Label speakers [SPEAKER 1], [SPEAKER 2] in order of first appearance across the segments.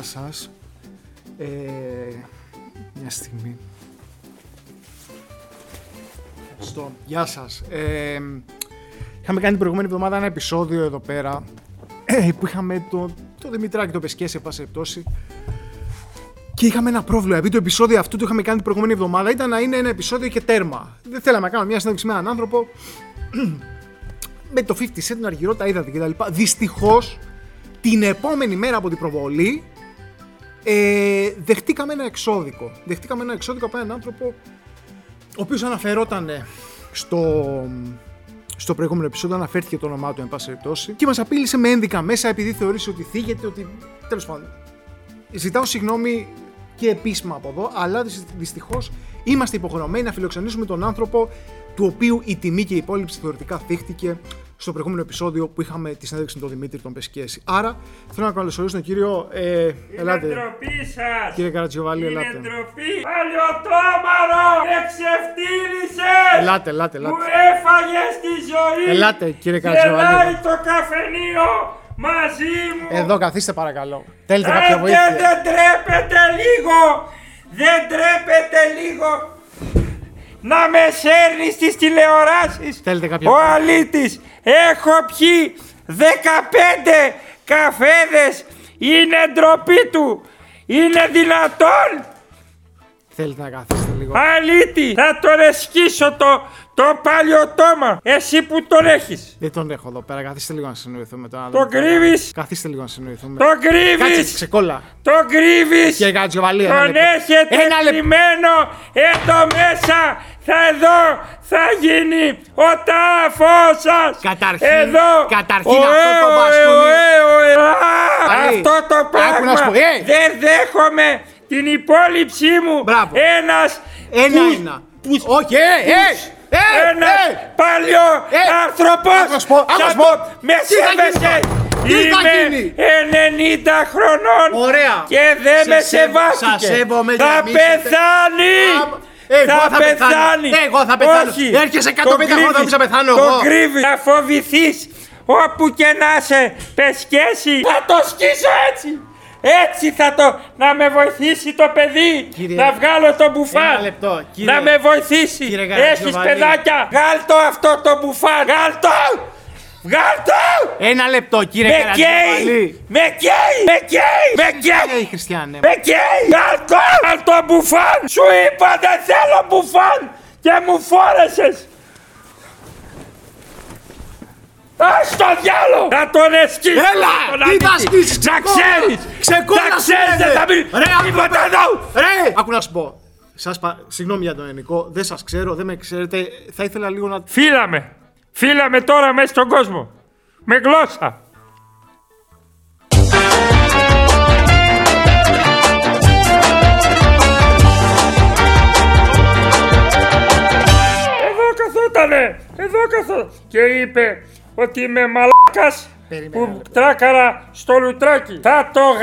[SPEAKER 1] σας. Ε, μια στιγμή. Ευχαριστώ. Γεια σας. Ε, είχαμε κάνει την προηγούμενη εβδομάδα ένα επεισόδιο εδώ πέρα ε, που είχαμε το, το Δημητράκη το Πεσκές σε πάση περιπτώσει. Και είχαμε ένα πρόβλημα. Επειδή το επεισόδιο αυτό το είχαμε κάνει την προηγούμενη εβδομάδα ήταν να είναι ένα επεισόδιο και τέρμα. Δεν θέλαμε να κάνουμε μια συνέντευξη με έναν άνθρωπο. με το 50 Cent, τον Αργυρό, τα είδατε κτλ. Δυστυχώς, την επόμενη μέρα από την προβολή, ε, δεχτήκαμε ένα εξώδικο. Δεχτήκαμε ένα εξώδικο από έναν άνθρωπο ο οποίος αναφερόταν στο, στο προηγούμενο επεισόδιο, αναφέρθηκε το όνομά του, εν πάση περιπτώσει, και μας απείλησε με ένδικα μέσα επειδή θεωρήσε ότι θίγεται, ότι τέλος πάντων. Ζητάω συγγνώμη και επίσημα από εδώ, αλλά δυστυχώς είμαστε υποχρεωμένοι να φιλοξενήσουμε τον άνθρωπο του οποίου η τιμή και η υπόλοιψη θεωρητικά θύχτηκε στο προηγούμενο επεισόδιο που είχαμε τη συνέντευξη με τον Δημήτρη τον Πεσκέση. Άρα θέλω να καλωσορίσω τον κύριο. Ε, ελάτε.
[SPEAKER 2] Είναι ντροπή σας!
[SPEAKER 1] Κύριε Καρατζιοβάλη,
[SPEAKER 2] Είναι
[SPEAKER 1] ελάτε.
[SPEAKER 2] ντροπή! Πάλι ο Τόμαρος! Με ξεφτύλισε!
[SPEAKER 1] Ελάτε, ελάτε,
[SPEAKER 2] Μου
[SPEAKER 1] ελάτε.
[SPEAKER 2] έφαγε τη ζωή!
[SPEAKER 1] Ελάτε, κύριε Καρατζιοβάλη.
[SPEAKER 2] Γελάει το καφενείο μαζί μου!
[SPEAKER 1] Εδώ καθίστε παρακαλώ. Θέλετε
[SPEAKER 2] Ε,
[SPEAKER 1] κάποια
[SPEAKER 2] και
[SPEAKER 1] βοήθεια.
[SPEAKER 2] δεν τρέπετε λίγο! Δεν τρέπετε λίγο! Να με σέρνεις στις τηλεοράσεις!
[SPEAKER 1] Θέλετε κάποια
[SPEAKER 2] Ο
[SPEAKER 1] βοήθεια.
[SPEAKER 2] αλήτης! Έχω πιει 15 καφέδες! Είναι ντροπή του! Είναι δυνατόν!
[SPEAKER 1] Θέλετε να καθίσετε λίγο.
[SPEAKER 2] Αλήτη, θα τον εσκίσω το, το παλιωτόμα. Εσύ που τον έχεις.
[SPEAKER 1] Δεν τον έχω εδώ πέρα. Καθίστε λίγο να συνοηθούμε τώρα.
[SPEAKER 2] Το κρύβεις,
[SPEAKER 1] Καθίστε λίγο να συνοηθούμε.
[SPEAKER 2] το
[SPEAKER 1] Κάτσε,
[SPEAKER 2] κρύβεις,
[SPEAKER 1] ξεκόλα.
[SPEAKER 2] το κρύβεις.
[SPEAKER 1] Κύριε Καρατζιοβάλη, ένα
[SPEAKER 2] Τον
[SPEAKER 1] λεπτό.
[SPEAKER 2] έχετε
[SPEAKER 1] Ένα λεπτό.
[SPEAKER 2] κρυμμένο εδώ ε, μέσα. Θα εδώ θα γίνει ο τάφος σας.
[SPEAKER 1] Καταρχήν-
[SPEAKER 2] εδώ. ε,
[SPEAKER 1] καταρχήν
[SPEAKER 2] Ωε,
[SPEAKER 1] αυτό το
[SPEAKER 2] ωε,
[SPEAKER 1] μπαστούνι-
[SPEAKER 2] ωε, ωε. ε, Α,
[SPEAKER 1] Αλή,
[SPEAKER 2] Αυτό το
[SPEAKER 1] άκου να σου
[SPEAKER 2] πράγμα
[SPEAKER 1] πω, ε.
[SPEAKER 2] δεν δέχομαι την υπόλοιψή μου.
[SPEAKER 1] Μπράβο.
[SPEAKER 2] Ένας που-
[SPEAKER 1] Ένα-ένα. Όχι, ε, ε, ε,
[SPEAKER 2] Ένας
[SPEAKER 1] ε,
[SPEAKER 2] παλιό
[SPEAKER 1] Ε,
[SPEAKER 2] άνθρωπος!
[SPEAKER 1] άκου να σου πω, άκου να σου πω.
[SPEAKER 2] Με
[SPEAKER 1] Τι θα γίνει
[SPEAKER 2] σέβεσαι!
[SPEAKER 1] τώρα, τι θα γίνει.
[SPEAKER 2] Είμαι 90 χρονών!
[SPEAKER 1] Ωραία.
[SPEAKER 2] Και δεν
[SPEAKER 1] Σε
[SPEAKER 2] με
[SPEAKER 1] σέβ-
[SPEAKER 2] σεβάστηκε!
[SPEAKER 1] σας σέβομαι για
[SPEAKER 2] Θα
[SPEAKER 1] να μην είστε-
[SPEAKER 2] πεθάνει!
[SPEAKER 1] Α, εγώ θα πεθάνω. Ε, εγώ θα πεθάνω.
[SPEAKER 2] Όχι!
[SPEAKER 1] Έρχεσαι
[SPEAKER 2] Το
[SPEAKER 1] 150 χρόνια,
[SPEAKER 2] κρύβεις.
[SPEAKER 1] θα πεθάνω εγώ.
[SPEAKER 2] Το κρύβεις! Θα φοβηθείς! Όπου και να σε πεσκέσει! Θα το σκίσω έτσι! Έτσι θα το... Να με βοηθήσει το παιδί!
[SPEAKER 1] Κύριε,
[SPEAKER 2] να βγάλω το μπουφάν!
[SPEAKER 1] ένα λεπτό, κύριε.
[SPEAKER 2] να με βοηθήσει!
[SPEAKER 1] Κύριε
[SPEAKER 2] Έχεις
[SPEAKER 1] Καρατζιοβάνη.
[SPEAKER 2] παιδάκια! Βγάλ το αυτό το μπουφάν! Βγάλ το! Βγάλ το!
[SPEAKER 1] Ένα λεπτό, κύριε
[SPEAKER 2] Με καίει!
[SPEAKER 1] Καρατζιοβάλη.
[SPEAKER 2] Με καίει! Με καίει! Με
[SPEAKER 1] Ε,
[SPEAKER 2] καίει!
[SPEAKER 1] Χριστιανέ.
[SPEAKER 2] Με καίει! Βγάλ το! Βγάλ το μπουφάν! Σου είπα δεν θέλω μπουφάν! Και μου φόρεσες! Ας το διάλο! Να τον εσκίσω!
[SPEAKER 1] Έλα!
[SPEAKER 2] τον
[SPEAKER 1] Τι θα
[SPEAKER 2] αλήτη.
[SPEAKER 1] σκίσεις!
[SPEAKER 2] Να
[SPEAKER 1] ξεκόλα.
[SPEAKER 2] ξέρεις!
[SPEAKER 1] Ξεκόλα
[SPEAKER 2] Να
[SPEAKER 1] σου
[SPEAKER 2] ξέρεις
[SPEAKER 1] λένε.
[SPEAKER 2] δεν θα μην...
[SPEAKER 1] Ρε, άκου να
[SPEAKER 2] Τίποτα εδώ!
[SPEAKER 1] Ρε! Ακού Ε, να σου πω. Σας πα... Συγγνώμη για τον ελληνικό, δεν σας ξέρω, δεν με ξέρετε. Θα ήθελα λίγο να...
[SPEAKER 2] Φύλαμε. Φύλαμε τώρα μέσα στον κόσμο. Με γλώσσα. Εδώ καθότανε. Εδώ καθότανε. Και είπε ότι είμαι μαλάκας
[SPEAKER 1] Περίμενε ένα
[SPEAKER 2] που
[SPEAKER 1] λεπτό.
[SPEAKER 2] τράκαρα στο λουτράκι. Θα το γ...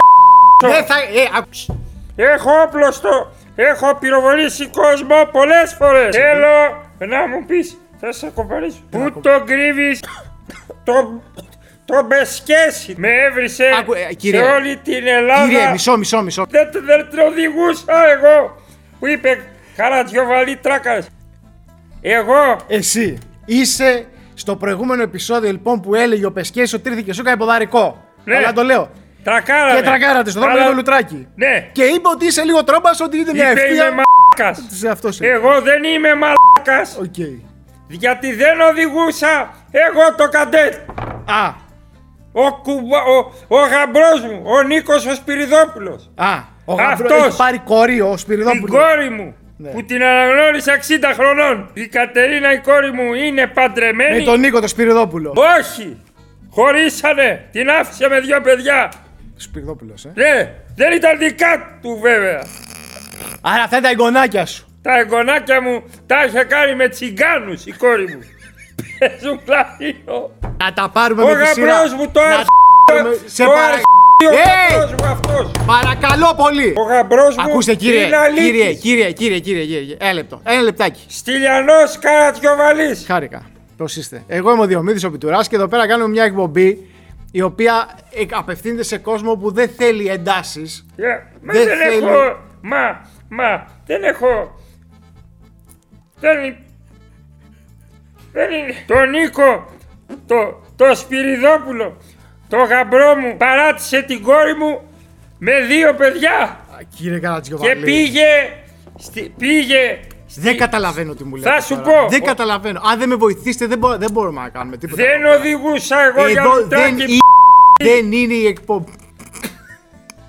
[SPEAKER 1] Δεν θα... Ε, άκου.
[SPEAKER 2] Έχω όπλωστο! Έχω πυροβολήσει κόσμο πολλές φορές! Θέλω να μου πεις, θα σε κοπανίσω. Πού το κρύβεις, το, το μπεσκέσι. Με έβρισε
[SPEAKER 1] Άκου, ε,
[SPEAKER 2] σε
[SPEAKER 1] κύριε.
[SPEAKER 2] όλη την Ελλάδα.
[SPEAKER 1] Κύριε, μισό, μισό, μισό.
[SPEAKER 2] Δεν, το- δεν το οδηγούσα εγώ. Που είπε χαρατζιοβαλή τράκας. Εγώ
[SPEAKER 1] Εσύ είσαι στο προηγούμενο επεισόδιο λοιπόν που έλεγε ο Πεσκέης ότι ήρθε και σου έκανε ποδαρικό.
[SPEAKER 2] Ναι.
[SPEAKER 1] Αλλά το λέω.
[SPEAKER 2] τρακάραμε.
[SPEAKER 1] Και τρακάρατε στον δρόμο
[SPEAKER 2] Αλλά-
[SPEAKER 1] με το λουτράκι.
[SPEAKER 2] Ναι.
[SPEAKER 1] Και είπε ότι είσαι λίγο τρόμπας, ότι είναι μια
[SPEAKER 2] Είπε είμαι Ε,
[SPEAKER 1] ευθεία.
[SPEAKER 2] μαλάκας.
[SPEAKER 1] Σε αυτό σε.
[SPEAKER 2] Εγώ δεν είμαι μαλάκας.
[SPEAKER 1] Οκ.
[SPEAKER 2] Γιατί δεν οδηγούσα εγώ το καντέτ.
[SPEAKER 1] Α.
[SPEAKER 2] Ο, κουμπα, ο, ο γαμπρός μου, ο Νίκος ο Σπυριδόπουλος.
[SPEAKER 1] Α. Ο Γαμπρός
[SPEAKER 2] Αυτός.
[SPEAKER 1] έχει πάρει κόρη ο
[SPEAKER 2] Την
[SPEAKER 1] Σπυριδόπουλος.
[SPEAKER 2] κόρη μου,
[SPEAKER 1] Ναι.
[SPEAKER 2] που την αναγνώρισα 60 χρονών. Η Κατερίνα η κόρη μου είναι παντρεμένη.
[SPEAKER 1] Με τον Νίκο τον Σπυριδόπουλο.
[SPEAKER 2] Όχι, χωρίσανε, την άφησε με δύο παιδιά.
[SPEAKER 1] Σπυριδόπουλος, ε.
[SPEAKER 2] Ναι, δεν ήταν δικά του βέβαια.
[SPEAKER 1] Άρα αυτά είναι τα εγγονάκια σου.
[SPEAKER 2] Τα εγγονάκια μου τα είχε κάνει με τσιγκάνους η κόρη μου. Παίζουν κλαδίνο.
[SPEAKER 1] Να τα πάρουμε
[SPEAKER 2] Ο
[SPEAKER 1] με τη σειρά.
[SPEAKER 2] γαμπρός μου το
[SPEAKER 1] Να
[SPEAKER 2] αρχείο,
[SPEAKER 1] πάρουμε- σε
[SPEAKER 2] το
[SPEAKER 1] παρα-
[SPEAKER 2] αρχείο, ο
[SPEAKER 1] Ε!
[SPEAKER 2] γαμπρός μου αυτός.
[SPEAKER 1] Παρακαλώ πολύ.
[SPEAKER 2] Ο γαμπρός μου
[SPEAKER 1] Ακούστε κύριε,
[SPEAKER 2] είναι αλήτης.
[SPEAKER 1] κύριε, κύριε, κύριε, κύριε, κύριε, ένα λεπτό, ένα λεπτάκι.
[SPEAKER 2] Στυλιανός Καρατιοβαλής.
[SPEAKER 1] Χάρηκα. Πώς είστε. Εγώ είμαι ο Διομήδης ο Πιτουράς και εδώ πέρα κάνουμε μια εκπομπή η οποία ε, απευθύνεται σε κόσμο που δεν θέλει εντάσεις.
[SPEAKER 2] Ε, Μα
[SPEAKER 1] Δεν
[SPEAKER 2] δεν
[SPEAKER 1] θέλει.
[SPEAKER 2] έχω. Μα, μα, δεν έχω. Δεν. υ- Δεν είναι. Το Νίκο, το, το Σπυριδόπουλο, το γαμπρό μου παράτησε την κόρη μου με δύο παιδιά
[SPEAKER 1] Κύριε
[SPEAKER 2] και
[SPEAKER 1] Καρατζιοβαλή.
[SPEAKER 2] πήγε. Στη, πήγε. στη-
[SPEAKER 1] Δεν καταλαβαίνω τι μου λέτε.
[SPEAKER 2] Θα σου
[SPEAKER 1] τώρα.
[SPEAKER 2] πω.
[SPEAKER 1] Δεν καταλαβαίνω. Αν δεν με βοηθήσετε, δεν, μπο- δεν μπορούμε να κάνουμε τίποτα.
[SPEAKER 2] Δεν οδηγούσα εγώ για
[SPEAKER 1] Εδώ δεν,
[SPEAKER 2] λουτράκι.
[SPEAKER 1] είναι- δεν είναι η εκπομπή.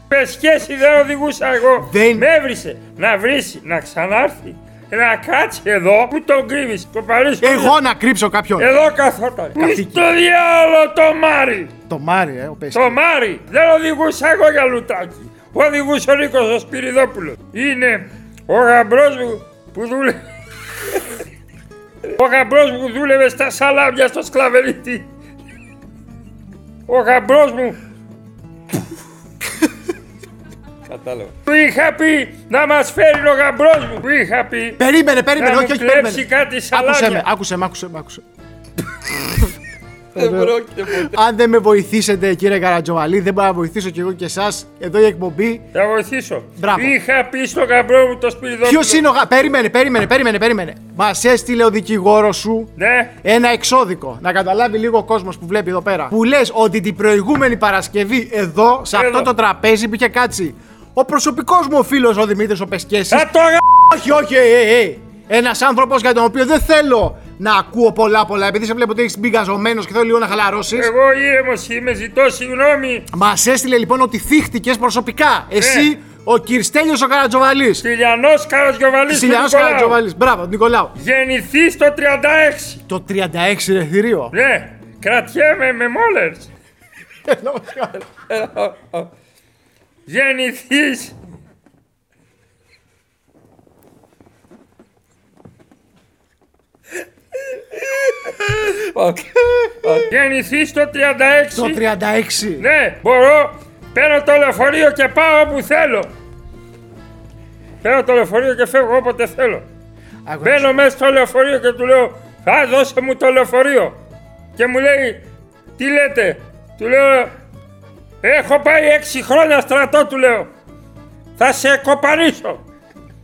[SPEAKER 2] Με σχέση δεν οδηγούσα εγώ.
[SPEAKER 1] Δεν-
[SPEAKER 2] Με έβρισε να βρίσει, να ξανάρθει, να κάτσει εδώ που τον κρύβεις. Το Παρίσι.
[SPEAKER 1] Εγώ να κρύψω κάποιον.
[SPEAKER 2] Εδώ καθόταν. Πού
[SPEAKER 1] Καθήκη.
[SPEAKER 2] στο διάλογο το Μάρι.
[SPEAKER 1] Το Μάρι, ε, ο πες.
[SPEAKER 2] Το Μάρι. Δεν οδηγούσα εγώ για λουτάκι. Οδηγούσε ο Νίκος ο Σπυριδόπουλος. Είναι ο γαμπρός μου που δούλευε. ο γαμπρός μου που δούλευε στα σαλάμια στο σκλαβελίτη. Ο γαμπρός μου. Κατάλαβα. Του είχα πει να μας φέρει ο γαμπρός μου. Του είχα πει
[SPEAKER 1] Περίμενε, περίμενε,
[SPEAKER 2] να μου
[SPEAKER 1] όχι, όχι, περίμενε.
[SPEAKER 2] κλέψει κάτι
[SPEAKER 1] Άκουσε με,
[SPEAKER 2] σαλάμια.
[SPEAKER 1] άκουσε με, άκουσε με. Άκουσε. Αν δεν με βοηθήσετε, κύριε Καρατζοβαλή, δεν μπορώ να βοηθήσω κι εγώ και εσάς. Εδώ η εκπομπή.
[SPEAKER 2] Θα βοηθήσω.
[SPEAKER 1] Μπράβο.
[SPEAKER 2] Είχα πει στον γαμπρό μου το σπυριδόπουλο.
[SPEAKER 1] Ποιος είναι ο γα... Περίμενε, περίμενε, περίμενε, περίμενε. Μας έστειλε ο δικηγόρος σου
[SPEAKER 2] Ναι.
[SPEAKER 1] ένα εξώδικο. Να καταλάβει λίγο ο κόσμος που βλέπει εδώ πέρα. Που λες ότι την προηγούμενη Παρασκευή εδώ, σε
[SPEAKER 2] Εδώ.
[SPEAKER 1] αυτό το τραπέζι που είχε κάτσει, ο προσωπικός μου φίλος ο Δημήτρης ο Πεσκέσης.
[SPEAKER 2] Θα το γα...
[SPEAKER 1] Όχι, όχι, ε, ε, Ένας άνθρωπος για τον οποίο δεν θέλω να ακούω πολλά πολλά, επειδή σε βλέπω ότι έχεις μπει γκαζωμένος και θέλω λίγο να χαλαρώσεις.
[SPEAKER 2] Εγώ ήρεμος είμαι, ζητώ συγγνώμη.
[SPEAKER 1] Μας έστειλε λοιπόν ότι θύχτηκες προσωπικά.
[SPEAKER 2] Ε.
[SPEAKER 1] Εσύ, ο Κυρστέλιος ο Καρατζοβαλής.
[SPEAKER 2] Τηλιανός Καρατζιοβαλής του
[SPEAKER 1] Σιλιανό
[SPEAKER 2] Νικολάου.
[SPEAKER 1] Καρατζοβαλής. Μπράβο, Νικολάου.
[SPEAKER 2] Γεννηθείς το 36.
[SPEAKER 1] Το 36 είναι θηρίο.
[SPEAKER 2] Ναι. Κρατιέμαι με μόλερς. Ναι. Γεννηθείς. Γεννηθείς το 36.
[SPEAKER 1] Το 36.
[SPEAKER 2] Ναι, μπορώ. Παίρνω το λεωφορείο και πάω όπου θέλω. Παίρνω το λεωφορείο και φεύγω όποτε θέλω.
[SPEAKER 1] Άκου,
[SPEAKER 2] Μπαίνω μέσα στο λεωφορείο και του λέω Α, δώσε μου το λεωφορείο. Και μου λέει Τι λέτε. Του λέω Έχω πάει έξι χρόνια στρατό, του λέω. Θα σε κοπανίσω.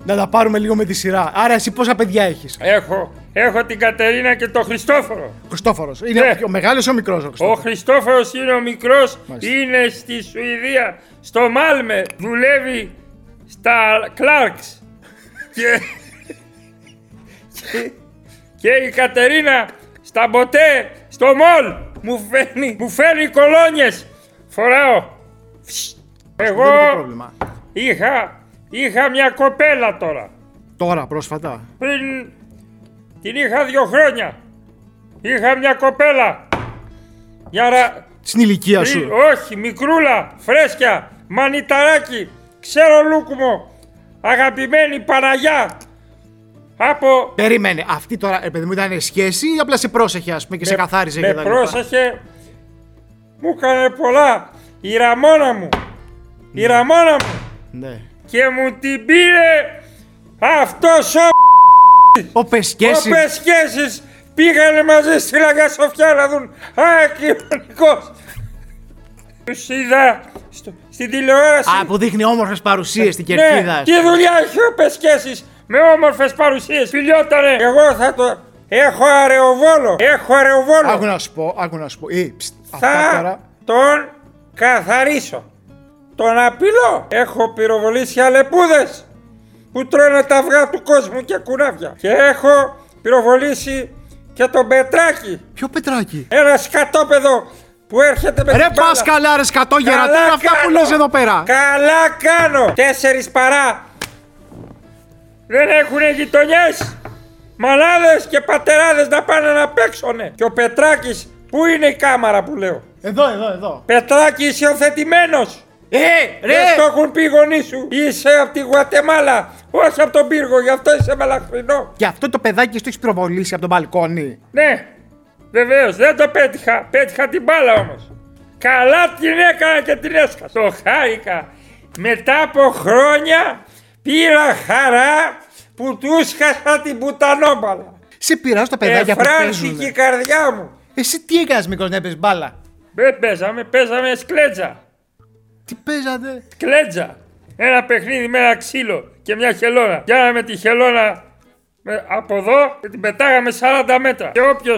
[SPEAKER 1] Να τα πάρουμε λίγο με τη σειρά. Άρα, εσύ πόσα παιδιά έχεις.
[SPEAKER 2] Ε. Έχω, έχω την Κατερίνα και τον Χριστόφορο.
[SPEAKER 1] Χριστόφορος. Είναι
[SPEAKER 2] Ναι.
[SPEAKER 1] ο μεγάλος ή ο μικρός ο
[SPEAKER 2] Ο
[SPEAKER 1] Χριστόφορος?
[SPEAKER 2] Χριστόφορος είναι ο μικρός,
[SPEAKER 1] Μάλιστα.
[SPEAKER 2] είναι στη Σουηδία, στο Μάλμε, δουλεύει στα Κλάρκς. και... και- και η Κατερίνα στα Μποτέ, στο Μολ, μου φέρνει, μου φέρνει κολόνιες. Φοράω. Φσ. Εγώ
[SPEAKER 1] Δεν είναι πρόβλημα.
[SPEAKER 2] είχα, είχα μια κοπέλα τώρα.
[SPEAKER 1] Τώρα, πρόσφατα.
[SPEAKER 2] Πριν την είχα δύο χρόνια. Είχα μια κοπέλα. Για να-
[SPEAKER 1] Στην ηλικία
[SPEAKER 2] Πριν-
[SPEAKER 1] σου.
[SPEAKER 2] όχι, μικρούλα, φρέσκια, μανιταράκι, ξέρω λούκουμο, αγαπημένη Παναγιά. Από.
[SPEAKER 1] Περίμενε, αυτή τώρα, ρε παιδί μου, ήταν σχέση ή απλά σε πρόσεχε, ας πούμε, και σε καθάριζε και
[SPEAKER 2] Με
[SPEAKER 1] τα λοιπά.
[SPEAKER 2] πρόσεχε, μου έκανε πολλά. Η Ραμόνα μου. Η Ραμόνα μου.
[SPEAKER 1] Ναι.
[SPEAKER 2] Και μου την πήρε αυτός ο
[SPEAKER 1] Ο Πεσκέση.
[SPEAKER 2] Όπε σχέσεις πήγανε μαζί στη Λαγιά Σοφιά να δουν. Α, κοινωνικός. Τους είδα στο- στην τηλεόραση.
[SPEAKER 1] Α, που δείχνει όμορφες παρουσίες στην κερκίδα.
[SPEAKER 2] Ναι, τι δουλειά έχει ο Πεσκέσης με όμορφες παρουσίες. Φιλιότανε. Εγώ θα το... Έχω αρεοβόλο. Έχω αρεοβόλο.
[SPEAKER 1] Άκου να σου πω, άκου να σου πω. Ε, ψτ, αυτά
[SPEAKER 2] θα
[SPEAKER 1] τώρα.
[SPEAKER 2] τον καθαρίσω. Τον απειλώ. Έχω πυροβολήσει αλεπούδες που τρώνε τα αυγά του κόσμου και κουνάβια. Και έχω πυροβολήσει και τον Πετράκη.
[SPEAKER 1] Ποιο πετράκι.
[SPEAKER 2] Ένα σκατόπεδο που έρχεται με
[SPEAKER 1] Ρε
[SPEAKER 2] την μπάλα.
[SPEAKER 1] πα καλά, ρε σκατόγερα, τι
[SPEAKER 2] Καλά
[SPEAKER 1] είναι αυτά που
[SPEAKER 2] κάνω.
[SPEAKER 1] λες εδώ πέρα.
[SPEAKER 2] Καλά κάνω! Τέσσερις παρά! Δεν έχουνε γειτονιές! Μαλάδες και πατεράδες να πάνε να παίξουνε! Και ο Πετράκης, πού είναι η κάμαρα που λέω!
[SPEAKER 1] Εδώ, εδώ, εδώ.
[SPEAKER 2] Πετράκη είσαι οθετημένος!
[SPEAKER 1] Ε,
[SPEAKER 2] Δεν
[SPEAKER 1] ρε!
[SPEAKER 2] το έχουν πει οι γονείς σου! Είσαι από τη Γουατεμάλα! Όχι από τον πύργο, γι' αυτό είσαι μελαχρινό!
[SPEAKER 1] Και αυτό το παιδάκι στο έχει προβολήσει από τον μπαλκόνι.
[SPEAKER 2] Ναι, βεβαίως, δεν το πέτυχα. Πέτυχα την μπάλα όμως. Καλά την έκανα και την έσκασα. Το χάρηκα. Μετά από χρόνια πήρα χαρά που του σκάσα την πουτανόμπαλα.
[SPEAKER 1] Σε πειράζει τα παιδάκια που
[SPEAKER 2] Εφράνθηκε
[SPEAKER 1] παίζουν.
[SPEAKER 2] η καρδιά μου.
[SPEAKER 1] Εσύ τι έκανες μικρό να παίζει μπάλα.
[SPEAKER 2] Δεν παίζαμε, παίζαμε σκλέτζα.
[SPEAKER 1] Τι παίζατε.
[SPEAKER 2] Κλέτζα. Ένα παιχνίδι με ένα ξύλο και μια χελώνα. Πιάναμε τη χελώνα με- από εδώ και την πετάγαμε 40 μέτρα. Και όποιος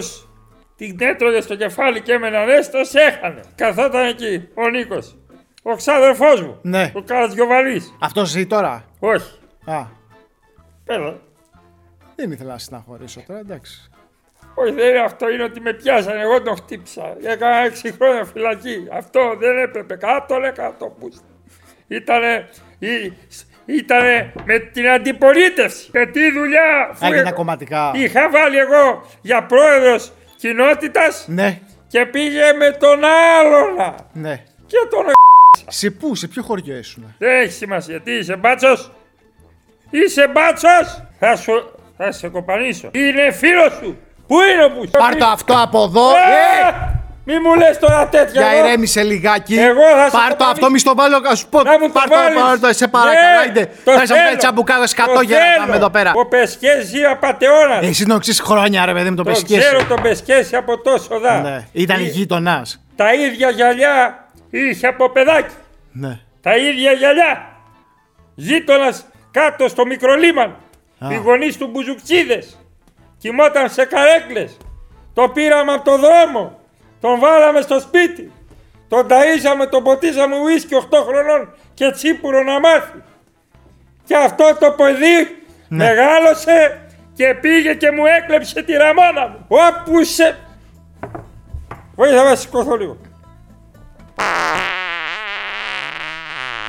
[SPEAKER 2] την έτρωγε στο κεφάλι και έμενε ανέστος έχανε. Καθόταν εκεί ο Νίκος. Ο ξάδερφός μου.
[SPEAKER 1] Ναι.
[SPEAKER 2] Ο Καρατζιοβαλής.
[SPEAKER 1] Αυτό ζει τώρα.
[SPEAKER 2] Όχι.
[SPEAKER 1] Α,
[SPEAKER 2] Πέρα.
[SPEAKER 1] δεν ήθελα να στεναχωρήσω τώρα, εντάξει.
[SPEAKER 2] Όχι, δεν είναι αυτό, είναι ότι με πιάσανε. Εγώ τον χτύπησα. Έκανα 6 χρόνια φυλακή. Αυτό δεν έπρεπε. Κάτω, λέει, κάτω. Πούστη. Ήτανε, ή- ήτανε με την αντιπολίτευση. Και τι δουλειά. αφού
[SPEAKER 1] Έγινε
[SPEAKER 2] εγώ-
[SPEAKER 1] κομματικά.
[SPEAKER 2] Είχα βάλει εγώ για πρόεδρος κοινότητας
[SPEAKER 1] Ναι,
[SPEAKER 2] και πήγε με τον άλλονα.
[SPEAKER 1] ναι.
[SPEAKER 2] Και τον
[SPEAKER 1] Σε πού, σε ποιο χωριό ήσουν.
[SPEAKER 2] Δεν έχει σημασία. Τι είσαι μπάτσος. Είσαι μπάτσος. Θα σου, θα σε κοπανίσω. Είναι φίλος σου. Πού είναι ο Μπούς?
[SPEAKER 1] Πάρ το αυτό από εδώ.
[SPEAKER 2] Ε!
[SPEAKER 1] Ε,
[SPEAKER 2] Μη μου λες τώρα τέτοια.
[SPEAKER 1] Για
[SPEAKER 2] εγώ.
[SPEAKER 1] ηρέμησε λιγάκι.
[SPEAKER 2] Εγώ θα σε
[SPEAKER 1] Πάρ το
[SPEAKER 2] το
[SPEAKER 1] αυτό, μη στο βάλω, να σου πω.
[SPEAKER 2] Να μου το
[SPEAKER 1] Πάρ το,
[SPEAKER 2] βάλεις.
[SPEAKER 1] πάρ το, σε
[SPEAKER 2] Ναι,
[SPEAKER 1] παρακαλώ. Είτε,
[SPEAKER 2] το
[SPEAKER 1] Θα σε
[SPEAKER 2] θέλω.
[SPEAKER 1] φέρει τσαμπουκάδες
[SPEAKER 2] Το
[SPEAKER 1] 100 για να
[SPEAKER 2] θέλω.
[SPEAKER 1] πάμε εδώ πέρα. Ε,
[SPEAKER 2] Ο Πεσκέζη απαταιώνα.
[SPEAKER 1] Εσύ τον 6 χρόνια, ρε παιδί μου, το
[SPEAKER 2] Τον
[SPEAKER 1] πεσκέσαι.
[SPEAKER 2] ξέρω Ε. τον Πεσκέζη από τόσο δά.
[SPEAKER 1] Ναι. Ήταν
[SPEAKER 2] Ή-
[SPEAKER 1] γείτονας.
[SPEAKER 2] Τα ίδια γυαλιά είχε από παιδάκι.
[SPEAKER 1] Ναι.
[SPEAKER 2] Τα ίδια γυαλιά. Γείτονας κάτω στο μικρολίμαν.
[SPEAKER 1] Α.
[SPEAKER 2] Οι γονείς του μπουζουκτσίδες. Κοιμόταν σε καρέκλες. Το πήραμε από το δρόμο. Τον βάλαμε στο σπίτι. Τον ταΐζαμε, τον ποτίζαμε ουίσκι 8 χρονών και τσίπουρο να μάθει. Και αυτό το παιδί
[SPEAKER 1] Ναι.
[SPEAKER 2] μεγάλωσε και πήγε και μου έκλεψε τη ραμάνα μου. Όπου σε... Βοήθα να σηκωθώ λίγο.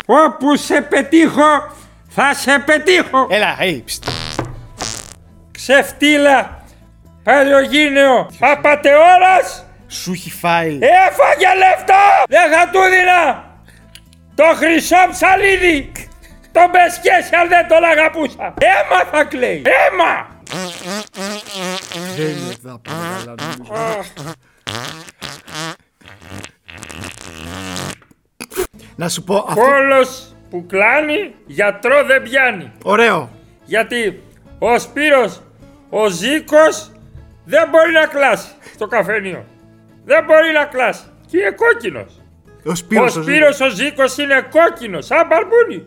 [SPEAKER 2] Όπου σε πετύχω, θα σε πετύχω.
[SPEAKER 1] Έλα, hey, πστ.
[SPEAKER 2] Ξεφτύλα, παλιογίνεο, απατεώνας,
[SPEAKER 1] Σου έχει φάει.
[SPEAKER 2] Ε. έφαγε λεφτά, δεν θα του δίνα. Το χρυσό ψαλίδι, τον πεσκέσαι αν δεν τον αγαπούσα. Έμα θα κλαίει, έμα.
[SPEAKER 1] Δεν είναι εδώ από καλά, νομίζω. Να σου πω αυτό.
[SPEAKER 2] Κόλος που κλάνει, γιατρό δεν πιάνει.
[SPEAKER 1] Ωραίο.
[SPEAKER 2] Γιατί ο Σπύρος, ο Ζήκος δεν μπορεί να κλάσει στο καφενείο. Δεν μπορεί να κλάσει. Και είναι κόκκινος.
[SPEAKER 1] Ο Σπύρος.
[SPEAKER 2] ο Σπύρος ο Ζήκος είναι κόκκινος, σαν μπαρμπούνι.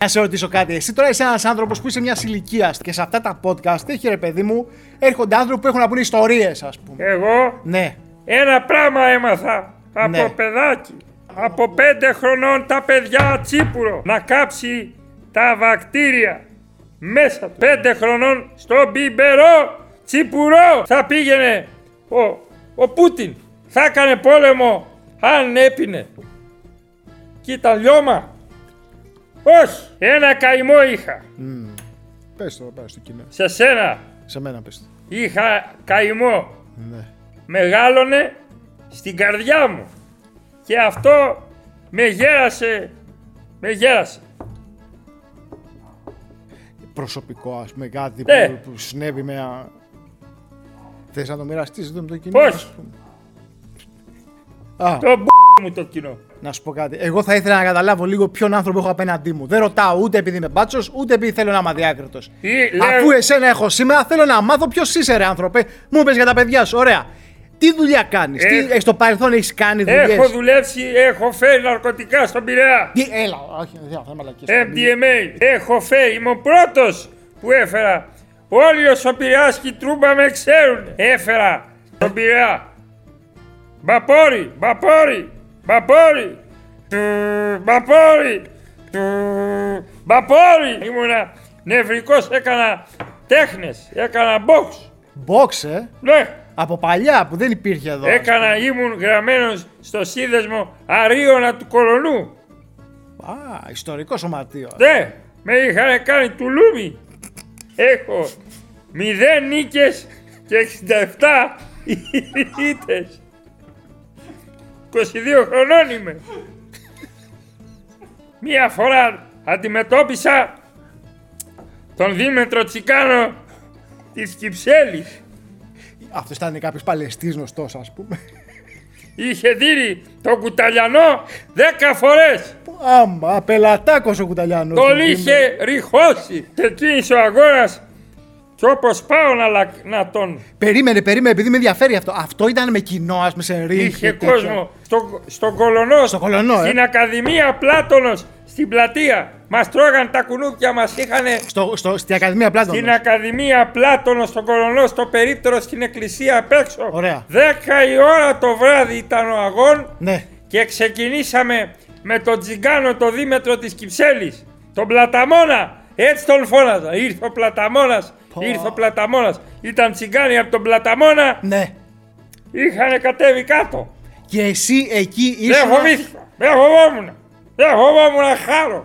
[SPEAKER 1] Να σε ρωτήσω κάτι. Εσύ τώρα είσαι ένας άνθρωπος που είσαι μιας ηλικίας και σε αυτά τα podcast έχει ρε παιδί μου έρχονται άνθρωποι που έχουν να πούνε ιστορίες, ας πούμε.
[SPEAKER 2] Εγώ
[SPEAKER 1] Ναι.
[SPEAKER 2] ένα πράγμα έμαθα από
[SPEAKER 1] Ναι.
[SPEAKER 2] παιδάκι. Από πέντε χρονών τα παιδιά τσίπουρο να κάψει τα βακτήρια μέσα του. Πέντε χρονών στο μπιμπερό τσίπουρο θα πήγαινε ο, ο Πούτιν. Θα έκανε πόλεμο αν έπινε. Και ήταν λιώμα. Όχι, ένα καημό είχα.
[SPEAKER 1] Πες το, πες το κοινό.
[SPEAKER 2] Σε σένα
[SPEAKER 1] Σε μένα πες το.
[SPEAKER 2] είχα καημό
[SPEAKER 1] Ναι.
[SPEAKER 2] μεγάλωνε στην καρδιά μου. Και αυτό με γέρασε, με γέρασε.
[SPEAKER 1] Προσωπικό, ας πούμε, κάτι
[SPEAKER 2] Ναι.
[SPEAKER 1] που, που συνέβη με. α, Θες να το μοιραστείς εδώ με το κοινό.
[SPEAKER 2] Όχι.
[SPEAKER 1] ας πούμε. Α,
[SPEAKER 2] Το μπ μου το κοινό.
[SPEAKER 1] να σου πω κάτι. Εγώ θα ήθελα να καταλάβω λίγο ποιον άνθρωπο έχω απέναντί μου. Δεν ρωτάω ούτε επειδή είμαι μπάτσος, ούτε επειδή θέλω να είμαι αδιάκριτος.
[SPEAKER 2] Ή, λέω-
[SPEAKER 1] Αφού εσένα έχω σήμερα, θέλω να μάθω ποιος είσαι, ρε άνθρωπε. Μου είπε για τα παιδιά σου, ωραία. Τι δουλειά κάνεις,
[SPEAKER 2] Έχ-
[SPEAKER 1] τι έχεις, στο παρελθόν έχεις κάνει δουλειές.
[SPEAKER 2] Έχω δουλέψει, έχω φέρει ναρκωτικά στον Πειραιά.
[SPEAKER 1] Τι, έλα, όχι, δεν θα- θα μαλακίσω.
[SPEAKER 2] Ε, MDMA. Έχω φέρει, είμαι ο πρώτος που έφερα. Όλοι ως ο Πειραιάς και η Τρούμπα με ξέρουν. Έφερα τον Πειραιά. Μπαπόρι, μπαπόρι, μπαπόρι. Του, Μπαπόρι, του, μπαπόρι. Ήμουνα νευρικός, έκανα τέχνες, έκανα box.
[SPEAKER 1] Μπόξε,
[SPEAKER 2] Ναι,
[SPEAKER 1] ε, από παλιά που δεν υπήρχε εδώ.
[SPEAKER 2] έκανα, ήμουν γραμμένος στο σύνδεσμο αρίωνα του Κολονού.
[SPEAKER 1] Α, ιστορικό σωματείο.
[SPEAKER 2] Ναι, με είχαν κάνει τουλούμι. Έχω 0 νίκες και 67 ήττες. 22 χρονών είμαι. Μία φορά αντιμετώπισα τον Δήμετρο Τσικάνο της Κυψέλης.
[SPEAKER 1] Αυτός ήταν κάποιος παλαιστή γνωστό, ας πούμε.
[SPEAKER 2] Είχε δίνει τον Κουταλιανό 10 φορές.
[SPEAKER 1] Άμα, πελατάκο ο κουταλιανός.
[SPEAKER 2] Τον είχε ριχώσει. Ξεκίνησε ο αγώνα Και όπως πάω να, λα- να τον
[SPEAKER 1] Περίμενε, περίμενε, επειδή με ενδιαφέρει αυτό. Αυτό ήταν με κοινό, ας πούμε, σε ρίχνει.
[SPEAKER 2] είχε κόσμο στο, στον Κολονός,
[SPEAKER 1] Στο Κολονό, ε.
[SPEAKER 2] στην Ακαδημία Πλάτωνος, στην πλατεία. Μας τρώγαν τα κουνούπια, μας είχανε
[SPEAKER 1] Στο, στο, στην Ακαδημία Πλάτων.
[SPEAKER 2] στην Ακαδημία Πλάτωνος, στον Κολονό, στο περίπτερο, στην εκκλησία απ' έξω.
[SPEAKER 1] Ωραία.
[SPEAKER 2] 10 η ώρα το βράδυ ήταν ο αγών
[SPEAKER 1] Ναι.
[SPEAKER 2] και ξεκινήσαμε με τον Τζιγκάνο το δίμετρο της Κυψέλης, τον Πλαταμόνα, έτσι τον φώναζα, ήρθε ο Πλαταμόνας,
[SPEAKER 1] Πω.
[SPEAKER 2] ήρθε ο Πλαταμόνας, ήταν Τσιγκάνοι από τον Πλαταμόνα,
[SPEAKER 1] Ναι.
[SPEAKER 2] είχανε κατέβει κάτω,
[SPEAKER 1] Και εσύ εκεί
[SPEAKER 2] δεν
[SPEAKER 1] ήσουν.
[SPEAKER 2] φοβήθηκα, δεν φοβόμουν, δεν φοβόμουν να χάρω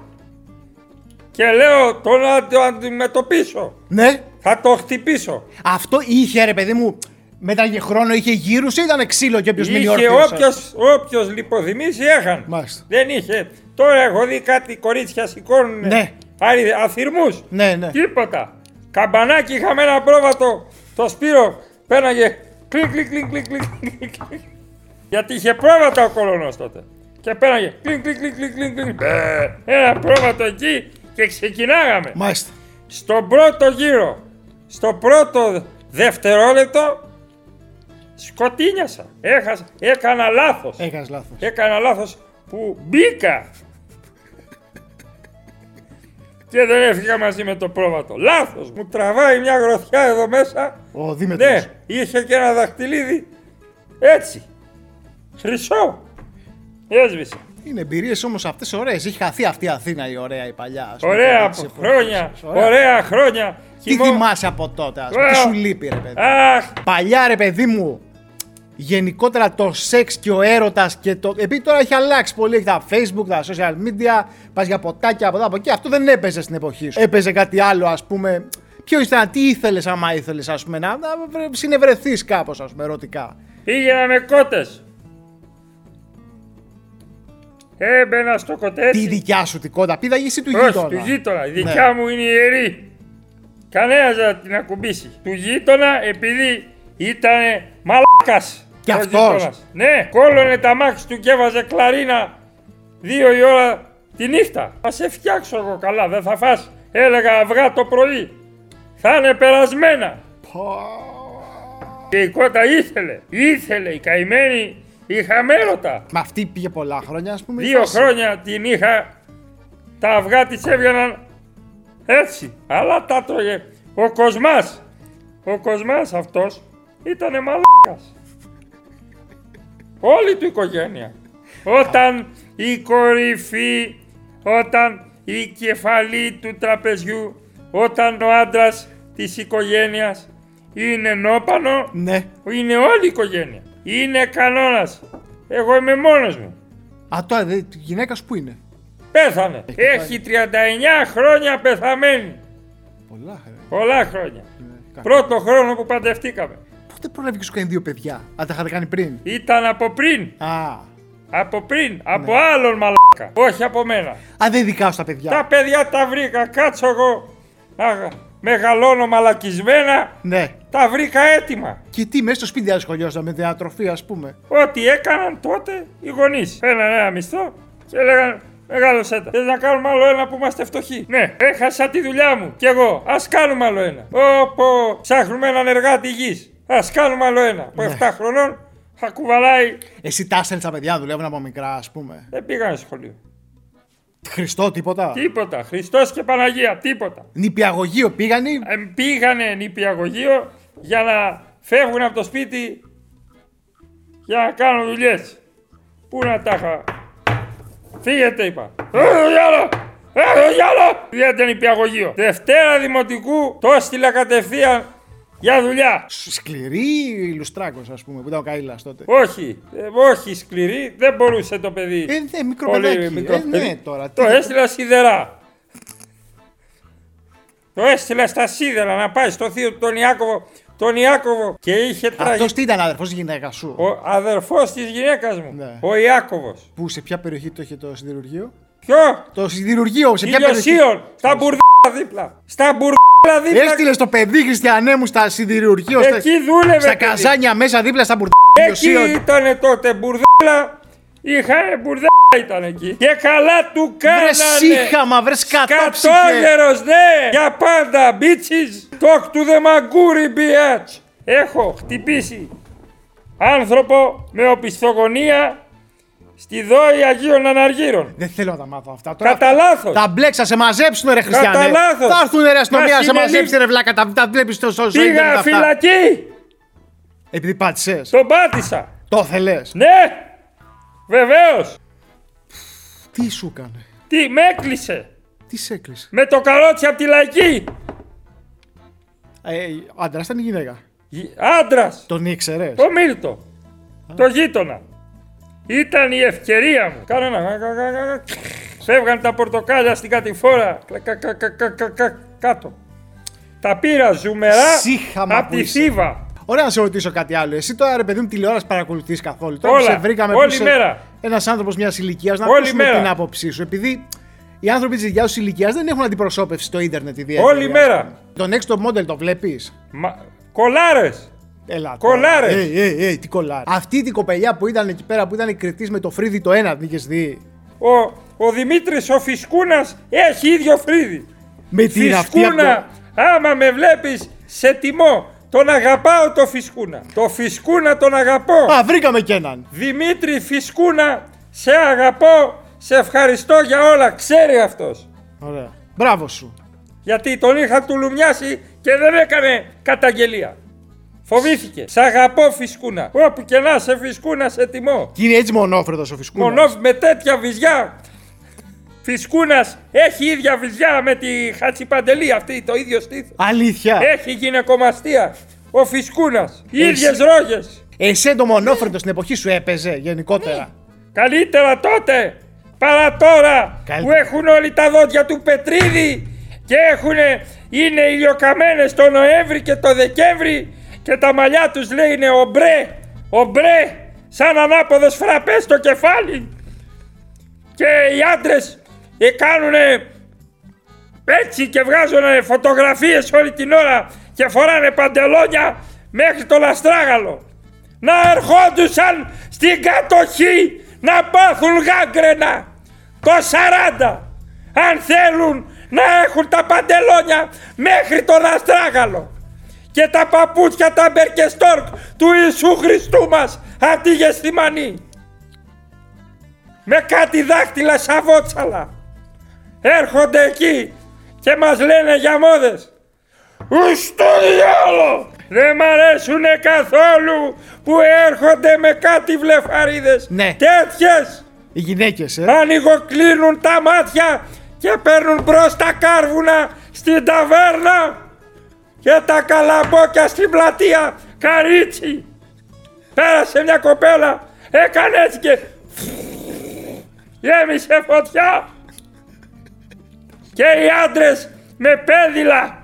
[SPEAKER 2] και λέω το να το αντιμετωπίσω,
[SPEAKER 1] Ναι.
[SPEAKER 2] θα το χτυπήσω.
[SPEAKER 1] Αυτό είχε, ρε παιδί μου. Μετά και χρόνο είχε γύρους ή ήταν ξύλο και όποιος μείνει
[SPEAKER 2] Είχε
[SPEAKER 1] όρθιο.
[SPEAKER 2] όποιος, όποιος λιποθυμήσει έχαν.
[SPEAKER 1] Μάλιστα.
[SPEAKER 2] Δεν είχε. Τώρα έχω δει κάτι κορίτσια σηκώνουν
[SPEAKER 1] Ναι.
[SPEAKER 2] άρι- αθυρμούς.
[SPEAKER 1] Ναι, ναι.
[SPEAKER 2] Τίποτα. Καμπανάκι είχαμε ένα πρόβατο. Το Σπύρο πέναγε κλικ κλικ κλικ κλικ κλικ, κλικ. κλικ. Γιατί είχε πρόβατα ο κολονός τότε. Και πέναγε κλικ κλικ κλικ κλικ κλικ, κλικ. Μπε. Ένα πρόβατο εκεί και ξεκινάγαμε.
[SPEAKER 1] Μάλιστα.
[SPEAKER 2] Στον πρώτο γύρο, στο πρώτο δευτερόλεπτο, σκοτίνιασα. Έχασα, έκανα λάθος.
[SPEAKER 1] Έκανες λάθος.
[SPEAKER 2] Έκανα λάθος που μπήκα. Και δεν έφυγα μαζί με το πρόβατο. Λάθος. Μου τραβάει μια γροθιά εδώ μέσα.
[SPEAKER 1] Ο Δήμετρος.
[SPEAKER 2] Ναι, είχε και ένα δαχτυλίδι. Έτσι. Χρυσό. Έσβησε.
[SPEAKER 1] Είναι εμπειρίες όμως αυτές ωραίες. Έχει χαθεί αυτή η Αθήνα η ωραία, η παλιά. ας πούμε,
[SPEAKER 2] Ωραία
[SPEAKER 1] που
[SPEAKER 2] από
[SPEAKER 1] έτσι, που-
[SPEAKER 2] χρόνια.
[SPEAKER 1] Ωραία.
[SPEAKER 2] Ωραία χρόνια.
[SPEAKER 1] Τι
[SPEAKER 2] Χυμό-
[SPEAKER 1] θυμάσαι από τότε, ας πούμε,
[SPEAKER 2] Ωραία.
[SPEAKER 1] τι σου λείπει, ρε παιδί.
[SPEAKER 2] Αχ,
[SPEAKER 1] Παλιά, ρε παιδί μου, γενικότερα το σεξ και ο έρωτας και το. Επειδή τώρα έχει αλλάξει πολύ, έχει τα facebook, τα social media, πας για ποτάκια από εδώ από εκεί. Αυτό δεν έπαιζε στην εποχή σου. Έπαιζε κάτι άλλο, ας πούμε. Ποιο ήταν, τι ήθελες, άμα ήθελες, ας πούμε, να, να συνευρεθείς κάπως, ας πούμε, ερωτικά.
[SPEAKER 2] Πήγαινα με κότες. Έμπαινα στο κοτέτσι.
[SPEAKER 1] Τι η δικιά σου την κόντα, πήδαγε εσύ του
[SPEAKER 2] Όχι, του
[SPEAKER 1] γείτονα. Ναι.
[SPEAKER 2] γείτονα. Η δικιά μου είναι ιερή. Κανένας δεν θα την ακουμπήσει. Του γείτονα επειδή ήταν μαλάκας.
[SPEAKER 1] Κι αυτός.
[SPEAKER 2] Ναι, κόλλωνε τα μάξι του και έβαζε κλαρίνα δύο η ώρα τη νύχτα. Θα σε φτιάξω εγώ καλά, δεν θα φας. Έλεγα αυγά το πρωί. Θα είναι περασμένα. Και η κότα ήθελε, ήθελε η καημένη, η χαμέρωτα.
[SPEAKER 1] Με αυτή πήγε πολλά χρόνια, ας πούμε. η
[SPEAKER 2] Δύο
[SPEAKER 1] φάση.
[SPEAKER 2] χρόνια την είχα, τα αυγά της έβγαιναν έτσι, αλλά τα τρώγε. Ο Κοσμάς, ο Κοσμάς αυτός ήτανε μαλάκας. Όλη του οικογένεια. Όταν η κορυφή, όταν η κεφαλή του τραπεζιού, όταν ο άντρας της οικογένειας είναι νόπανο,
[SPEAKER 1] Ναι.
[SPEAKER 2] είναι όλη η οικογένεια. Είναι κανόνας. Εγώ είμαι μόνος μου.
[SPEAKER 1] Α, τώρα δε- η γυναίκα σου που είναι.
[SPEAKER 2] Πέθανε.
[SPEAKER 1] Έχει
[SPEAKER 2] Έχει 39 χρόνια πεθαμένη.
[SPEAKER 1] Πολλά, ε. ρε.
[SPEAKER 2] Πολλά χρόνια.
[SPEAKER 1] Ναι.
[SPEAKER 2] Πρώτο χρόνο που παντρευτήκαμε.
[SPEAKER 1] Πότε προλάβει και σου κάνει δύο παιδιά, αν τα είχατε κάνει πριν.
[SPEAKER 2] Ήταν από πριν.
[SPEAKER 1] Α,
[SPEAKER 2] Από πριν. Από άλλον μαλάκα. Όχι από μένα.
[SPEAKER 1] α δεν δικά σου τα παιδιά.
[SPEAKER 2] Τα παιδιά τα βρήκα. Κάτσω εγώ να μεγαλώνω μαλακισμένα.
[SPEAKER 1] Ναι.
[SPEAKER 2] Τα βρήκα έτοιμα.
[SPEAKER 1] Και τι μέσα στο σπίτι ασχολιόταν με διατροφή, ας πούμε.
[SPEAKER 2] Ό,τι έκαναν τότε οι γονείς. Παίρναν ένα μισθό και λέγανε Μεγάλωσέ τα. Θες να κάνουμε άλλο ένα που είμαστε φτωχοί. Ναι, έχασα τη δουλειά μου κι εγώ. Ας κάνουμε άλλο ένα. Όπω ψάχνουμε έναν εργάτη γη. Ας κάνουμε άλλο ένα. Από 7 χρονών θα κουβαλάει.
[SPEAKER 1] Εσύ τα έστελνες τα παιδιά, δουλεύουν από μικρά, ας πούμε.
[SPEAKER 2] Δεν πήγανε σχολείο.
[SPEAKER 1] Χριστό, τίποτα.
[SPEAKER 2] Τίποτα. Χριστός και Παναγία. Τίποτα.
[SPEAKER 1] Νηπιαγωγείο πήγανε.
[SPEAKER 2] Ε, πήγανε νηπιαγωγείο για να φεύγουν από το σπίτι για να κάνουν δουλειές. Πού να τα είχα. Φύγετε, είπα. Ε, Έχω γυαλό! Έχω γυαλό! Φύγετε νηπιαγωγείο. Δευτέρα δημοτικού το έστειλα κατευθείαν για δουλειά.
[SPEAKER 1] Σκληρή λουστράκος, ας πούμε, που ήταν ο Καήλα τότε.
[SPEAKER 2] Όχι, ε, όχι σκληρή, δεν μπορούσε το παιδί.
[SPEAKER 1] Ε, ναι, μικρό
[SPEAKER 2] Πολύ
[SPEAKER 1] παιδάκι.
[SPEAKER 2] μικρό
[SPEAKER 1] ε, ναι,
[SPEAKER 2] παιδί.
[SPEAKER 1] τώρα.
[SPEAKER 2] Το
[SPEAKER 1] τι-
[SPEAKER 2] έστειλα σιδερά. το έστειλα στα σίδερα να πάει στο θείο του τον Ιάκωβο. Τον Ιάκωβο και είχε
[SPEAKER 1] Αυτός
[SPEAKER 2] τραγικό.
[SPEAKER 1] τι ήταν, αδερφός γυναίκας σου.
[SPEAKER 2] Ο αδερφός της γυναίκας μου,
[SPEAKER 1] Ναι.
[SPEAKER 2] ο Ιάκωβος.
[SPEAKER 1] Που σε ποια περιοχή το είχε το συντηρουργείο.
[SPEAKER 2] Ποιο?
[SPEAKER 1] Το συντηρουργείο, σε ποια περιοχή.
[SPEAKER 2] Ηλιοσίων, στα μπουρδέλα δίπλα. Στα μπουρδέλα δίπλα.
[SPEAKER 1] Έστειλε το παιδί Χριστιανέ μου στα συντηρουργείο. στα-
[SPEAKER 2] Εκεί δούλευε.
[SPEAKER 1] Στα
[SPEAKER 2] παιδί.
[SPEAKER 1] καζάνια μέσα δίπλα στα
[SPEAKER 2] Εκεί
[SPEAKER 1] μπουρδέλα.
[SPEAKER 2] ήταν τότε μπουρδέλα. Είχαν μπουρδέλα ήταν εκεί. Και καλά του κάνανε.
[SPEAKER 1] Βρε σύχαμα, βρε κατόψυχε.
[SPEAKER 2] Κατόγερος, ναι! Για πάντα, bitches! Talk to the μαγκούρι, bitch! Έχω χτυπήσει άνθρωπο με οπισθογωνία στη δόη Αγίων Αναργύρων.
[SPEAKER 1] Δεν θέλω να τα μάθω αυτά. Τώρα
[SPEAKER 2] Κατά λάθος.
[SPEAKER 1] τα μπλέξα, σε μαζέψουν ρε Χριστιανέ.
[SPEAKER 2] Κατά λάθος.
[SPEAKER 1] Θα έρθουν ρε αστυνομία,
[SPEAKER 2] Μας
[SPEAKER 1] σε
[SPEAKER 2] είναι
[SPEAKER 1] μαζέψει
[SPEAKER 2] λίθ-
[SPEAKER 1] ρε βλάκα. Τα, τα βλέπεις στο στο- στο ίντερνετ
[SPEAKER 2] Πήγα
[SPEAKER 1] αυτά.
[SPEAKER 2] φυλακή,
[SPEAKER 1] Επειδή πάτησες.
[SPEAKER 2] τον πάτησα.
[SPEAKER 1] Το θέλες.
[SPEAKER 2] Ναι, βεβαίως.
[SPEAKER 1] Τι σου έκανε.
[SPEAKER 2] Τι, με έκλεισε.
[SPEAKER 1] Τι σε έκλεισε.
[SPEAKER 2] Με το καρότσι από τη λαϊκή.
[SPEAKER 1] Ε, άντρας ήταν η γυναίκα.
[SPEAKER 2] Άντρας,
[SPEAKER 1] Τον ήξερες.
[SPEAKER 2] το Μίλτο, το γείτονα. Ήταν η ευκαιρία μου. Κάνω ένα. γα, γα, γα, γα, γα. Φεύγαν τα πορτοκάλια στην κατηφόρα. Κλα, κα, κα, κα, κα, κα, κα, Κάτω. Τα πήρα ζουμερά
[SPEAKER 1] Σύχαμα
[SPEAKER 2] από
[SPEAKER 1] που
[SPEAKER 2] τη
[SPEAKER 1] είσαι.
[SPEAKER 2] Θήβα.
[SPEAKER 1] Ωραία να σε ρωτήσω κάτι άλλο. Εσύ τώρα ρε παιδί μου τηλεόραση παρακολουθείς καθόλου. Τώρα
[SPEAKER 2] Όλα.
[SPEAKER 1] σε βρήκαμε
[SPEAKER 2] Όλη
[SPEAKER 1] που
[SPEAKER 2] μέρα.
[SPEAKER 1] Ένας άνθρωπος μιας ηλικίας να
[SPEAKER 2] Όλη
[SPEAKER 1] ακούσουμε
[SPEAKER 2] μέρα.
[SPEAKER 1] την άποψή σου. Επειδή οι άνθρωποι της δικιάς σου ηλικίας δεν έχουν αντιπροσώπευση στο ίντερνετ ιδιαίτερα.
[SPEAKER 2] Όλη μέρα.
[SPEAKER 1] Τον έξω το model το βλέπεις.
[SPEAKER 2] Μα... Κολάρες.
[SPEAKER 1] Ελά.
[SPEAKER 2] Κολάρες.
[SPEAKER 1] Ε, ε, ε, τι κολάρε. Αυτή την κοπελιά που ήταν εκεί πέρα που ήταν κριτή με το φρύδι το ένα, την είχε δει.
[SPEAKER 2] Ο, ο Δημήτρης ο Φισκούνας έχει ίδιο φρύδι.
[SPEAKER 1] Με την αυτή. απ' το-
[SPEAKER 2] Φισκούνα, άμα με βλέπεις, σε τιμώ. Τον αγαπάω το Φισκούνα. Το Φισκούνα τον αγαπώ.
[SPEAKER 1] Α, βρήκαμε κι έναν.
[SPEAKER 2] Δημήτρη Φισκούνα, σε αγαπώ, σε ευχαριστώ για όλα. Ξέρει αυτός.
[SPEAKER 1] Ωραία. Μπράβο σου.
[SPEAKER 2] Γιατί τον είχα τουλουμιάσει και δεν έκανε καταγγελία. Φοβήθηκε. Σ' αγαπώ Φισκούνα. Όπου και να σε Φισκούνα σε τιμώ.
[SPEAKER 1] Και είναι έτσι μονόφρετος ο Φισκούνας.
[SPEAKER 2] Μονόβ με τέτοια βυζιά. Φισκούνας έχει ίδια βυζιά με τη Χατσιπαντελή αυτή, το ίδιο στήθος.
[SPEAKER 1] Αλήθεια.
[SPEAKER 2] Έχει γυναικομαστία. Ο Φισκούνας. ίδιες ρόγες.
[SPEAKER 1] Εσύ το μονόφρεντο στην εποχή σου έπαιζε γενικότερα.
[SPEAKER 2] Ναι. Καλύτερα τότε παρά τώρα
[SPEAKER 1] Καλύτερα.
[SPEAKER 2] που έχουν όλοι τα δόντια του πετρίδι και έχουν, είναι ηλιοκαμένες το Νοέμβρη και το Δεκέμβρη και τα μαλλιά τους λέει είναι ομπρέ, ομπρέ, σαν ανάποδες φραπές στο κεφάλι. Και οι άντρες ε, κάνουνε έτσι και βγάζουν φωτογραφίες όλη την ώρα και φοράνε παντελόνια μέχρι τον αστράγαλο. Να ερχόντουσαν στην κατοχή να πάθουν γάγκρενα το 40 αν θέλουν να έχουν τα παντελόνια μέχρι τον αστράγαλο και τα παπούτσια τα Μπερκεστόρκ του Ιησού Χριστού μας από τη Γεστημανή με κάτι δάχτυλα σαβότσαλα έρχονται εκεί και μας λένε για μόδες. Ους το διάλο! Δεν μ' αρέσουνε καθόλου που έρχονται με κάτι βλεφαρίδες.
[SPEAKER 1] Ναι.
[SPEAKER 2] Τέτοιες
[SPEAKER 1] Οι γυναίκες, ε.
[SPEAKER 2] ανοιγοκλίνουν τα μάτια και παίρνουν μπρος τα κάρβουνα στην ταβέρνα και τα καλαμπόκια στην πλατεία. Καρίτσι! Πέρασε μια κοπέλα, έκανε έτσι και γέμισε φωτιά και οι άντρες με πέδιλα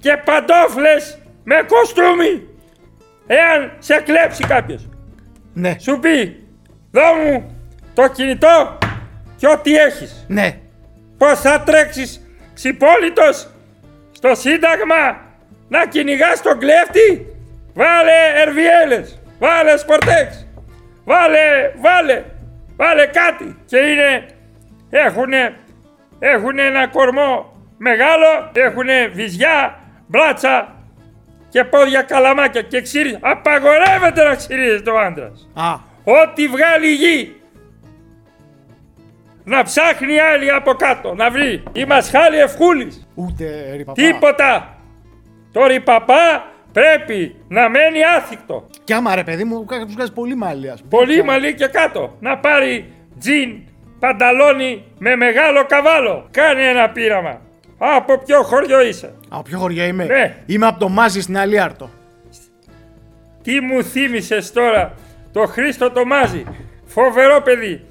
[SPEAKER 2] και παντόφλες με κοστούμι εάν σε κλέψει κάποιος
[SPEAKER 1] Ναι.
[SPEAKER 2] σου πει δώ μου το κινητό και ό,τι έχεις
[SPEAKER 1] Ναι.
[SPEAKER 2] πως θα τρέξεις ξυπόλυτος στο σύνταγμα να κυνηγάς τον κλέφτη βάλε ερβιέλες βάλε σπορτέξ βάλε βάλε βάλε κάτι και είναι έχουνε έχουνε ένα κορμό μεγάλο έχουνε βυζιά μπράτσα και πόδια καλαμάκια και ξύρι απαγορεύεται να ξυρίζεται ο άντρας
[SPEAKER 1] Α.
[SPEAKER 2] Ό,τι βγάλει η γη. Να ψάχνει άλλη από κάτω, να βρει. Η μασχάλη ευχούλης.
[SPEAKER 1] Ούτε ρε παπά.
[SPEAKER 2] Τίποτα. Το ρηπαπά πρέπει να μένει άθικτο.
[SPEAKER 1] Κι άμα ρε παιδί μου, κάποιο βγάζει πολύ μαλλί. ας πούμε.
[SPEAKER 2] Πολύ μαλλί και κάτω. Να πάρει τζιν, πανταλόνι με μεγάλο καβάλο. Κάνε ένα πείραμα. Από ποιο χωριό είσαι.
[SPEAKER 1] Από ποιο χωριό είμαι.
[SPEAKER 2] Ναι.
[SPEAKER 1] Είμαι από το Μάζι στην Αλίαρτο.
[SPEAKER 2] Τι μου θύμισες τώρα το Χρήστο το Μάζι. Φοβερό παιδί.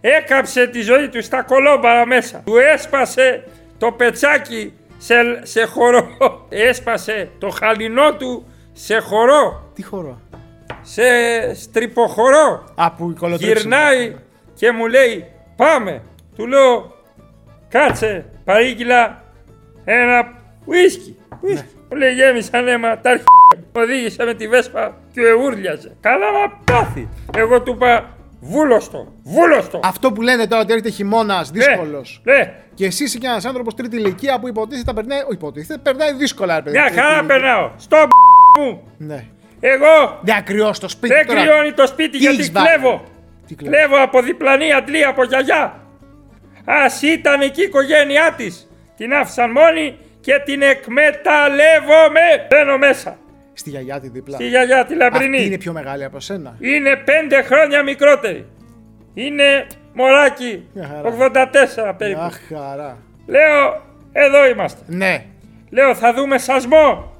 [SPEAKER 2] Έκαψε τη ζωή του στα κολόμπαρα μέσα. Του έσπασε το πετσάκι σε, σε χορό. Έσπασε το χαλινό του σε χορό.
[SPEAKER 1] Τι χώρο.
[SPEAKER 2] Σε στριποχορό.
[SPEAKER 1] Α, που κολοτρίψαμε.
[SPEAKER 2] Γυρνάει και μου λέει πάμε. Του λέω κάτσε παρήγγυλα ένα ουίσκι. Ουίσκι.
[SPEAKER 1] Ναι.
[SPEAKER 2] Μου λέει γέμισαν αίμα τα αρχ***. Οδήγησε με τη βέσπα και ούρλιαζε. Καλά να πάθει. Εγώ του είπα Βούλωστο. Βούλωστο.
[SPEAKER 1] Αυτό που λένε τώρα ότι έρχεται χειμώνας, δύσκολος.
[SPEAKER 2] Ναι, ναι.
[SPEAKER 1] Και εσύ είσαι και ένας άνθρωπος τρίτη ηλικία που υποτίθεται τα περνάει. Όχι, υποτίθεται, περνάει δύσκολα, ρε παιδί.
[SPEAKER 2] Μια
[SPEAKER 1] τρίτη
[SPEAKER 2] χαρά
[SPEAKER 1] ηλικία.
[SPEAKER 2] περνάω. Στο μπ μου.
[SPEAKER 1] Ναι.
[SPEAKER 2] Εγώ
[SPEAKER 1] Δεν ακριώ στο σπίτι
[SPEAKER 2] δεν
[SPEAKER 1] τώρα.
[SPEAKER 2] κρυώνει Ναι. το σπίτι
[SPEAKER 1] Τι έχεις
[SPEAKER 2] γιατί
[SPEAKER 1] βάλει?
[SPEAKER 2] κλέβω.
[SPEAKER 1] Τι κλέβεις?
[SPEAKER 2] Κλέβω από διπλανή αντλή από γιαγιά. Ας ήταν εκεί η οικογένειά της. Την άφησαν μόνη και την εκμεταλλεύομαι. Μπαίνω μέσα.
[SPEAKER 1] Στη γιαγιά τη δίπλα.
[SPEAKER 2] Τη γιαγιά τη λαμπρινή.
[SPEAKER 1] Αυτή είναι πιο μεγάλη από σένα.
[SPEAKER 2] Είναι πέντε χρόνια μικρότερη. Είναι μωράκι
[SPEAKER 1] Μια χαρά.
[SPEAKER 2] 84 περίπου.
[SPEAKER 1] Αχ, χαρά.
[SPEAKER 2] Λέω, εδώ είμαστε.
[SPEAKER 1] Ναι.
[SPEAKER 2] Λέω, θα δούμε σασμό.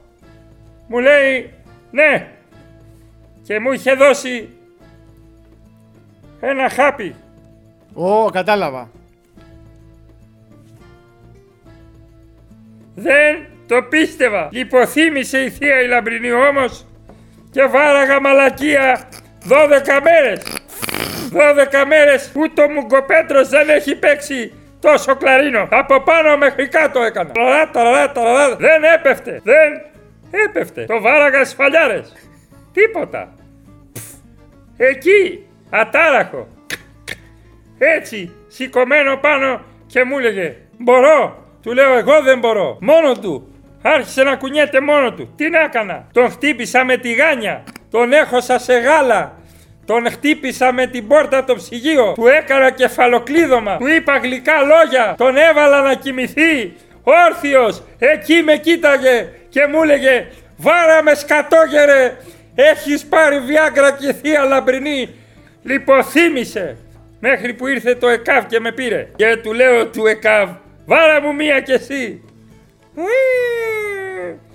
[SPEAKER 2] Μου λέει, ναι. Και μου είχε δώσει ένα χάπι.
[SPEAKER 1] Ω, κατάλαβα.
[SPEAKER 2] Δεν το πίστευα. Λιποθύμησε η θεία η Λαμπρινή όμως και βάραγα μαλακία 12 μέρες. 12 μέρες ούτε ο Μουγκοπέτρος δεν έχει παίξει τόσο κλαρίνο. Από πάνω μέχρι κάτω έκανα. Ταραρά, ταραρά, ταραρά. Δεν έπεφτε. Δεν έπεφτε. Το βάραγα στις φαλιάρες. Τίποτα. Εκεί, ατάραχο. Έτσι, σηκωμένο πάνω και μου έλεγε «Μπορώ». Του λέω «Εγώ δεν μπορώ». Μόνο του. Άρχισε να κουνιέται μόνο του. Τι να έκανα. Τον χτύπησα με τη γάνια. Τον έχωσα σε γάλα. Τον χτύπησα με την πόρτα το ψυγείο. Του έκανα κεφαλοκλείδωμα. Του είπα γλυκά λόγια. Τον έβαλα να κοιμηθεί. Όρθιος. Εκεί με κοίταγε και μου έλεγε «Βάρα με σκατόγερε. Έχεις πάρει βιάγκρα και θεία λαμπρινή. Λιποθύμησε μέχρι που ήρθε το ΕΚΑΒ και με πήρε. Και του λέω του ΕΚΑΒ, βάρα μου μία κι εσύ. Ουί!